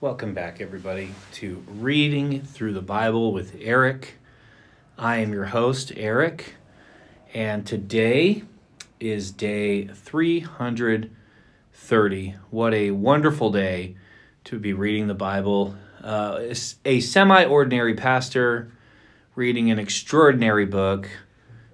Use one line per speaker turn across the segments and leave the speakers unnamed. Welcome back, everybody, to Reading Through the Bible with Eric. I am your host, Eric, and today is day 330. What a wonderful day to be reading the Bible. Uh, it's a semi ordinary pastor reading an extraordinary book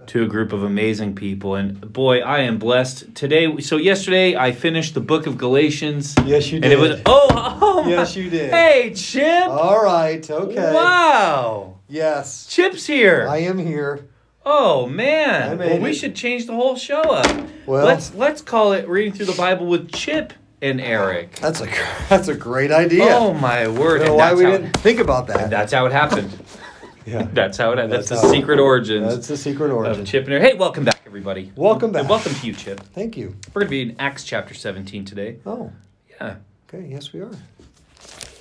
to a group of amazing people. And boy, I am blessed today. So, yesterday I finished the book of Galatians.
Yes, you
And
did.
it was oh, oh my-
Yes, you did.
Hey, Chip!
All right. Okay.
Wow,
Yes.
Chip's here.
I am here.
oh
I
man!
made
Well, we
it.
should change the whole show up.
Well-
let's let's call it reading through the Bible with Chip and Eric.
That's a that's a great idea.
Oh my
I
word!
don't know
And
why
that's,
we
how,
didn't think about that.
and that's how it happened.
yeah.
That's how it. That's,
That's
the
how-
secret origins
That's the secret
of
origin.
Chip and Eric. Hey, welcome back, everybody.
Welcome
And
back.
welcome to you, Chip.
Thank you.
We're gonna be in Acts chapter seventeen today.
Oh.
Yeah,
Okay. Yes, we are. I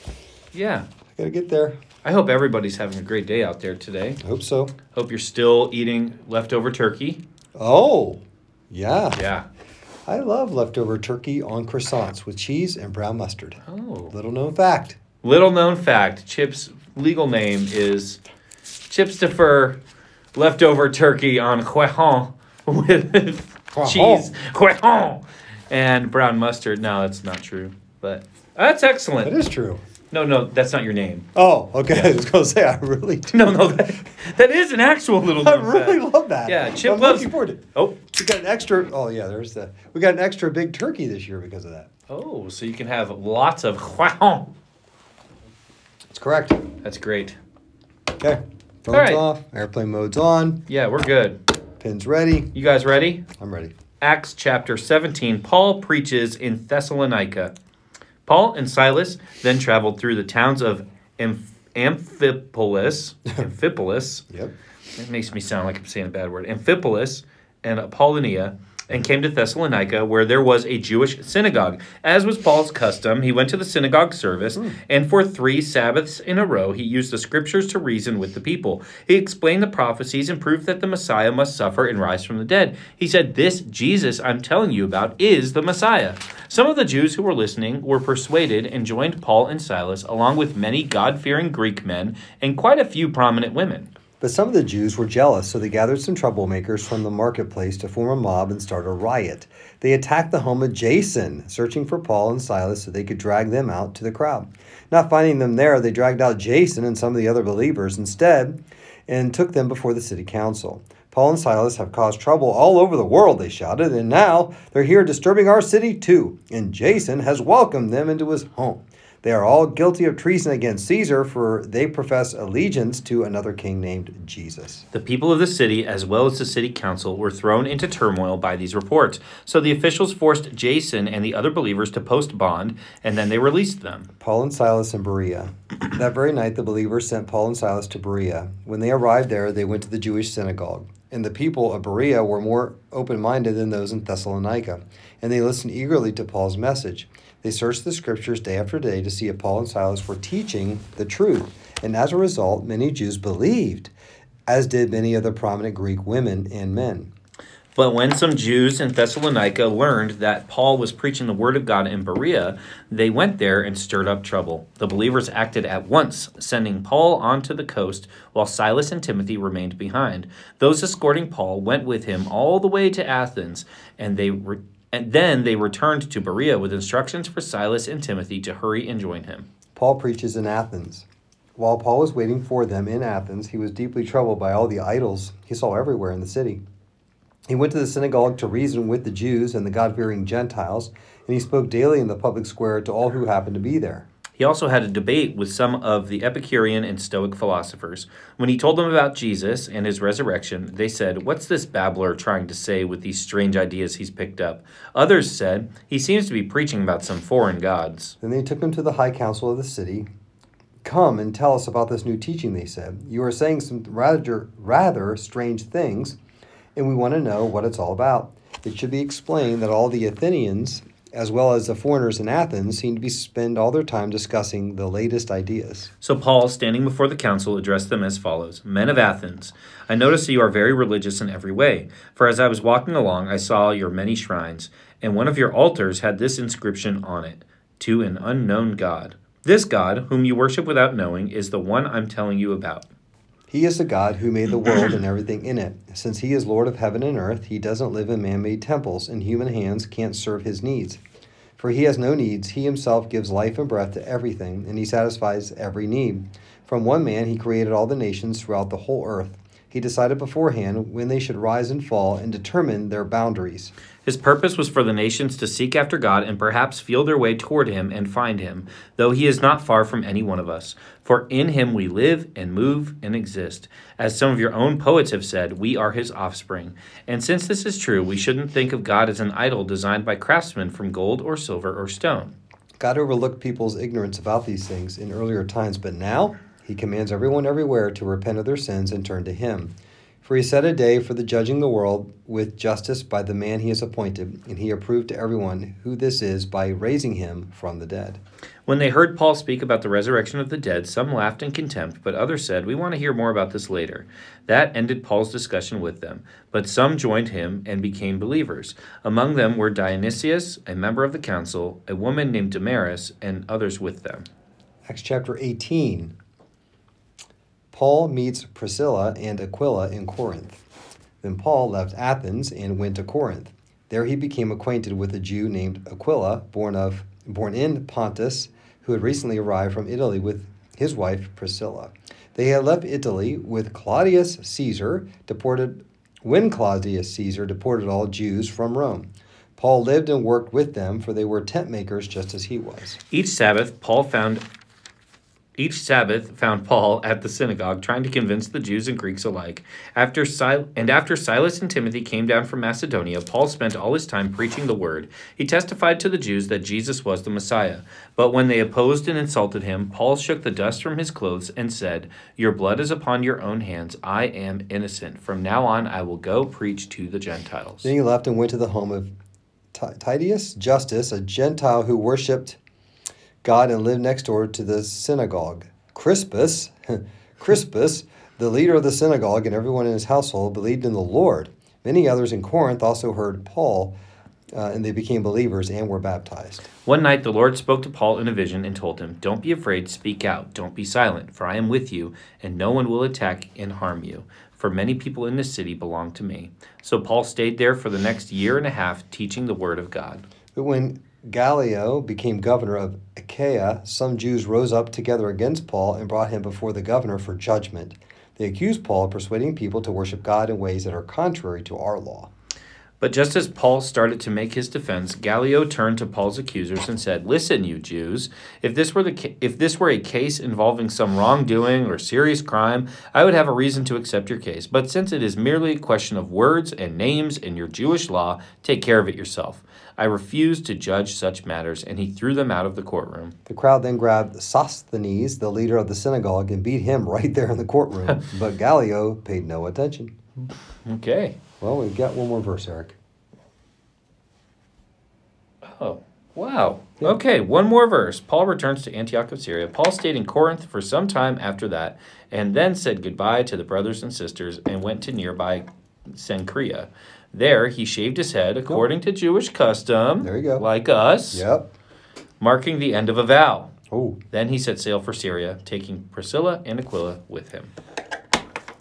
yeah.
gotta get there.
I hope everybody's having a great day out there today.
I hope so.
Hope you're still eating leftover turkey.
Oh. Yeah.
Yeah.
I love leftover turkey on croissants with cheese and brown mustard.
Oh.
Little known fact.
Little known fact: Chip's legal name is Chips Defer Leftover Turkey on Quejon with cheese Quejon and brown mustard. No, that's not true, but that's
That
excellent.
is true.
No, no, that's not your name.
Oh. Okay. I was gonna say I really. Do.
No, no, that, that is an actual little.
I
Known
really
fact.
love that.
Yeah, Chip
I'm
loves.
looking forward to it.
Oh,
We got an extra. Oh yeah, there's that. We got an extra big turkey this year because of that.
oh, so you can have lots of Quejon.
That's correct.
That's great.
Okay. Phones
right.
off. Airplane mode's on.
Yeah, we're good.
Pins ready.
You guys ready?
I'm ready.
Acts chapter 17, Paul preaches in Thessalonica. Paul and Silas then traveled through the towns of Amph- Amphipolis. Amphipolis.
Yep.
It makes me sound like I'm saying a bad word. Amphipolis and Apollonia, and came to Thessalonica, where there was a Jewish synagogue. As was Paul's custom, he went to the synagogue service, and for three Sabbaths in a row, he used the scriptures to reason with the people. He explained the prophecies and proved that the Messiah must suffer and rise from the dead. He said, This Jesus I'm telling you about is the Messiah. Some of the Jews who were listening were persuaded and joined Paul and Silas, along with many God fearing Greek men and quite a few prominent women.
But some of the Jews were jealous, so they gathered some troublemakers from the marketplace to form a mob and start a riot. They attacked the home of Jason, searching for Paul and Silas so they could drag them out to the crowd. Not finding them there, they dragged out Jason and some of the other believers instead and took them before the city council. Paul and Silas have caused trouble all over the world, they shouted, and now they're here disturbing our city too. And Jason has welcomed them into his home. They are all guilty of treason against Caesar, for they profess allegiance to another king named Jesus.
The people of the city, as well as the city council, were thrown into turmoil by these reports. So the officials forced Jason and the other believers to post bond, and then they released them.
Paul and Silas in Berea. That very night, the believers sent Paul and Silas to Berea. When they arrived there, they went to the Jewish synagogue. And the people of Berea were more open minded than those in Thessalonica, and they listened eagerly to Paul's message. They searched the scriptures day after day to see if Paul and Silas were teaching the truth. And as a result, many Jews believed, as did many of the prominent Greek women and men.
But when some Jews in Thessalonica learned that Paul was preaching the word of God in Berea, they went there and stirred up trouble. The believers acted at once, sending Paul onto the coast, while Silas and Timothy remained behind. Those escorting Paul went with him all the way to Athens, and they re- and then they returned to Berea with instructions for Silas and Timothy to hurry and join him.
Paul preaches in Athens. While Paul was waiting for them in Athens, he was deeply troubled by all the idols he saw everywhere in the city. He went to the synagogue to reason with the Jews and the God fearing Gentiles, and he spoke daily in the public square to all who happened to be there.
He also had a debate with some of the Epicurean and Stoic philosophers. When he told them about Jesus and his resurrection, they said, What's this babbler trying to say with these strange ideas he's picked up? Others said, He seems to be preaching about some foreign gods.
Then they took him to the high council of the city. Come and tell us about this new teaching, they said. You are saying some rather, rather strange things, and we want to know what it's all about. It should be explained that all the Athenians, as well as the foreigners in Athens, seem to be spend all their time discussing the latest ideas.
So Paul, standing before the council, addressed them as follows Men of Athens, I notice that you are very religious in every way. For as I was walking along, I saw your many shrines, and one of your altars had this inscription on it To an unknown God. This God, whom you worship without knowing, is the one I'm telling you about.
He is the God who made the world and everything in it. Since He is Lord of heaven and earth, He doesn't live in man made temples, and human hands can't serve His needs. For He has no needs, He Himself gives life and breath to everything, and He satisfies every need. From one man, He created all the nations throughout the whole earth. He decided beforehand when they should rise and fall and determined their boundaries.
His purpose was for the nations to seek after God and perhaps feel their way toward him and find him, though he is not far from any one of us. For in him we live and move and exist. As some of your own poets have said, we are his offspring. And since this is true, we shouldn't think of God as an idol designed by craftsmen from gold or silver or stone.
God overlooked people's ignorance about these things in earlier times, but now he commands everyone everywhere to repent of their sins and turn to him. For he set a day for the judging the world with justice by the man he has appointed, and he approved to everyone who this is by raising him from the dead.
When they heard Paul speak about the resurrection of the dead, some laughed in contempt, but others said, We want to hear more about this later. That ended Paul's discussion with them. But some joined him and became believers. Among them were Dionysius, a member of the council, a woman named Damaris, and others with them.
Acts chapter 18. Paul meets Priscilla and Aquila in Corinth. Then Paul left Athens and went to Corinth. There he became acquainted with a Jew named Aquila, born of born in Pontus, who had recently arrived from Italy with his wife Priscilla. They had left Italy with Claudius Caesar, deported when Claudius Caesar deported all Jews from Rome. Paul lived and worked with them, for they were tent makers just as he was.
Each Sabbath, Paul found each Sabbath found Paul at the synagogue trying to convince the Jews and Greeks alike. After Sil- and after Silas and Timothy came down from Macedonia, Paul spent all his time preaching the word. He testified to the Jews that Jesus was the Messiah. But when they opposed and insulted him, Paul shook the dust from his clothes and said, "Your blood is upon your own hands. I am innocent. From now on I will go preach to the Gentiles."
Then he left and went to the home of Ti- Titius Justus, a Gentile who worshipped God and lived next door to the synagogue. Crispus, Crispus, the leader of the synagogue and everyone in his household believed in the Lord. Many others in Corinth also heard Paul, uh, and they became believers and were baptized.
One night the Lord spoke to Paul in a vision and told him, Don't be afraid, speak out, don't be silent, for I am with you, and no one will attack and harm you, for many people in this city belong to me. So Paul stayed there for the next year and a half, teaching the word of God.
But when Gallio became governor of Achaia, some Jews rose up together against Paul and brought him before the governor for judgment. They accused Paul of persuading people to worship God in ways that are contrary to our law.
But just as Paul started to make his defense, Gallio turned to Paul's accusers and said, "Listen, you Jews, if this were the ca- if this were a case involving some wrongdoing or serious crime, I would have a reason to accept your case. But since it is merely a question of words and names in your Jewish law, take care of it yourself. I refuse to judge such matters." And he threw them out of the courtroom.
The crowd then grabbed Sosthenes, the leader of the synagogue, and beat him right there in the courtroom. but Gallio paid no attention.
Okay.
Well, we've got one more verse, Eric.
Oh, wow. Okay, one more verse. Paul returns to Antioch of Syria. Paul stayed in Corinth for some time after that, and then said goodbye to the brothers and sisters and went to nearby Cenchrea. There, he shaved his head according to Jewish custom.
There you go.
Like us,
Yep.
marking the end of a vow.
Oh,
Then he set sail for Syria, taking Priscilla and Aquila with him.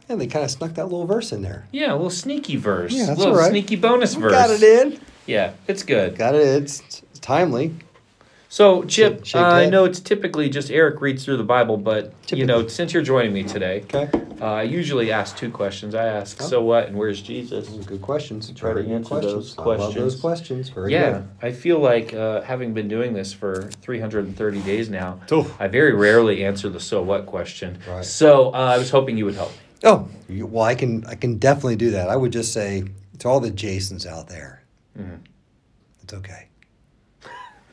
and they kind of snuck that little verse in there.
Yeah, a little sneaky verse.
Yeah, that's
little
all right.
sneaky bonus
We
verse.
Got it in.
Yeah, it's good.
Got it. in. It's it's timely.
So, Chip, uh,
Shake- shake
I
head.
know it's typically just Eric reads through the Bible, but you
Typically.
know, since you're joining me today,
Okay.
uh, I usually ask two questions. I ask,
Oh.
"So what?" and "Where's Jesus?"
Those are good questions.
Try to
Very good
answer those
I love
questions.
those questions. Very
Yeah,
good.
I feel like uh, having been doing this for 330 days now,
Oh.
I very rarely answer the "So what?" question.
Right.
So uh, I was hoping you would help. me.
Oh, you- well, I can I can definitely do that. I would just say to all the Jasons out there,
Mm-hmm.
it's okay.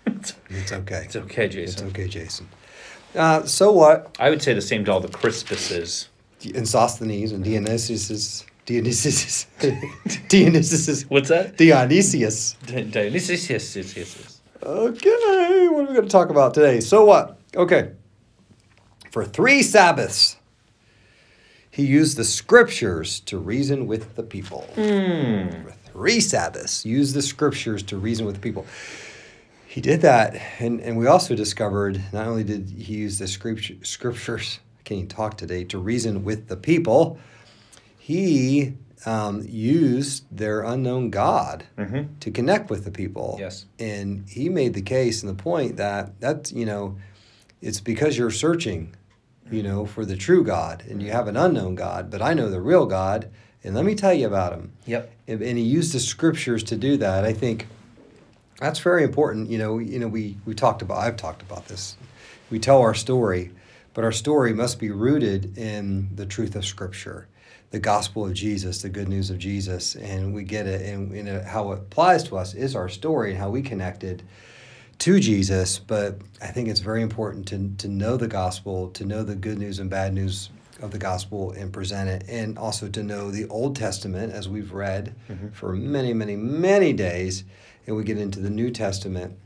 It's okay.
It's okay,
It's
Jason.
okay, Jason. Uh, so what?
I would say the same to all the Crispuses.
And Sosthenes and Dionysius, Dionysius, Dionysius,
What's that?
Dionysius.
D- Dionysius. yes, yes, yes, yes.
Okay, what are we going to talk about today? So what? Okay. For three Sabbaths, he used the scriptures to reason with the people. For three Sabbaths, used the scriptures to reason with the people. He did that. And, and we also discovered not only did he use the scripture, scriptures, I can't even talk today, to reason with the people, he um, used their unknown God
Mhm.
to connect with the people.
Yes.
And he made the case and the point that that's, you know, it's because you're searching, you know, for the true God and you have an unknown God, but I know the real God. And let me tell you about him.
Yep.
And, and he used the scriptures to do that. I think that's very important. You know, you know, we, we talked about, I've talked about this. We tell our story, but our story must be rooted in the truth of scripture, the gospel of Jesus, the good news of Jesus. And we get it and, and it- how it applies to us is our story and how we connected to Jesus. But I think it's very important to, to know the gospel, to know the good news and bad news of the gospel and present it, and also to know the Old Testament as we've read for many, many, many days. And we get into the New Testament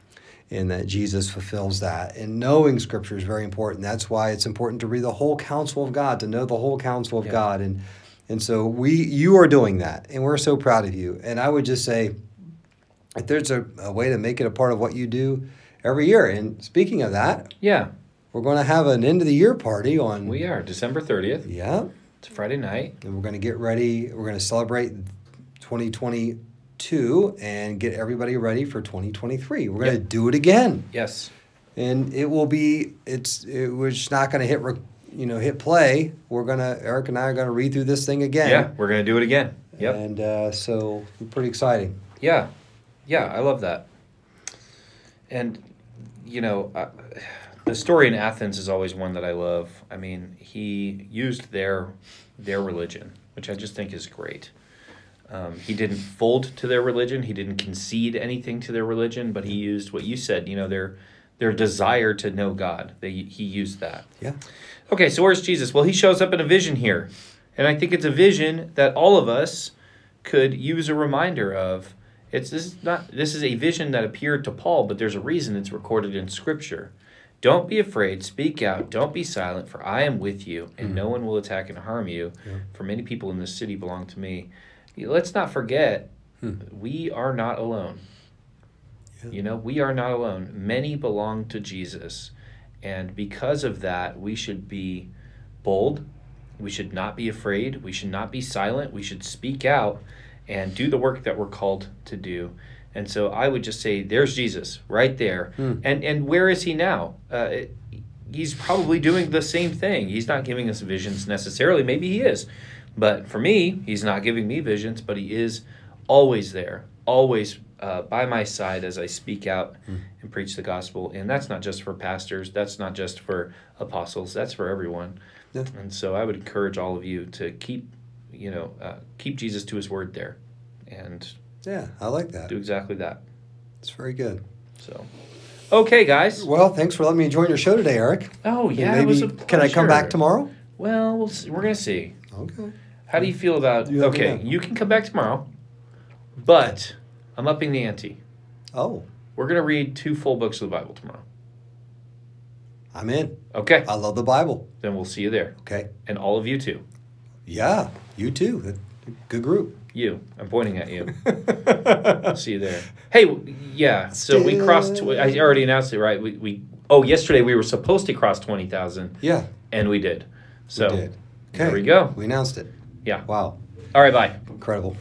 and that Jesus fulfills that. And knowing Scripture is very important. That's why it's important to read the whole counsel of God, to know the whole counsel of
Yeah.
God. And and so we you are doing that, and we're so proud of you. And I would just say, if there's a, a way to make it a part of what you do every year. And speaking of that,
Yeah,
we're going to have an end of the year party on.
we are December thirtieth.
yeah,
It's Friday night.
and we're going to get ready. We're going to celebrate 2022 and get everybody ready for 2023. We're going to
Yep.
do it again.
Yes.
and it will be it's it, we're just not going to hit rec- you know hit play we're going to eric and i are going to read through this thing again
Yeah, we're gonna do it again. Yep.
and uh, so pretty exciting
Yeah, yeah, I love that. And you know, I, the story in Athens is always one that I love. I mean, he used their their religion, which I just think is great. Um, he didn't fold to their religion. He didn't concede anything to their religion, but he used what you said. You know, their their desire to know God. They he used that.
yeah
Okay, so where's Jesus? Well, he shows up in a vision here. And I think it's a vision that all of us could use a reminder of. It's this is not this is a vision that appeared to Paul, but there's a reason it's recorded in scripture. Don't be afraid, speak out, don't be silent, for I am with you, and no one will attack and harm you, for many people in this city belong to me. Let's not forget we are not alone. You know, we are not alone. Many belong to Jesus. And because of that, we should be bold. We should not be afraid. We should not be silent. We should speak out and do the work that we're called to do. And so I would just say, there's Jesus right there. And and where is he now? Uh, it- he's probably doing the same thing. He's not giving us visions necessarily. Maybe he is, but for me, he's not giving me visions. But he is always there, always uh, by my side as I speak out and preach the gospel. And that's not just for pastors, that's not just for apostles, that's for everyone.
Yeah.
And so I would encourage all of you to keep, you know, uh, keep Jesus to his word there and
yeah i like that
do exactly that.
it's very good
So, okay, guys.
well thanks for letting me join your show today eric
Oh,
And
yeah. it
maybe
was a
can i come back
pleasure.
tomorrow
Well, we'll see. we're going to see.
okay
How do you feel about.
You let me
okay,
know.
you can come back tomorrow, but I'm upping the ante.
oh
We're going to read two full books of the Bible tomorrow.
i'm in
Okay,
i love the bible
then we'll see you there.
okay
And all of you too.
yeah you too good group
You. I'm pointing at you. See you there. Hey, w- yeah. So we crossed. Tw- I already announced it, right? We, we. Oh, yesterday we were supposed to cross twenty thousand,
yeah
and we did.
we
So
did okay
there we go.
we announced it
Yeah.
wow
All right. Bye.
incredible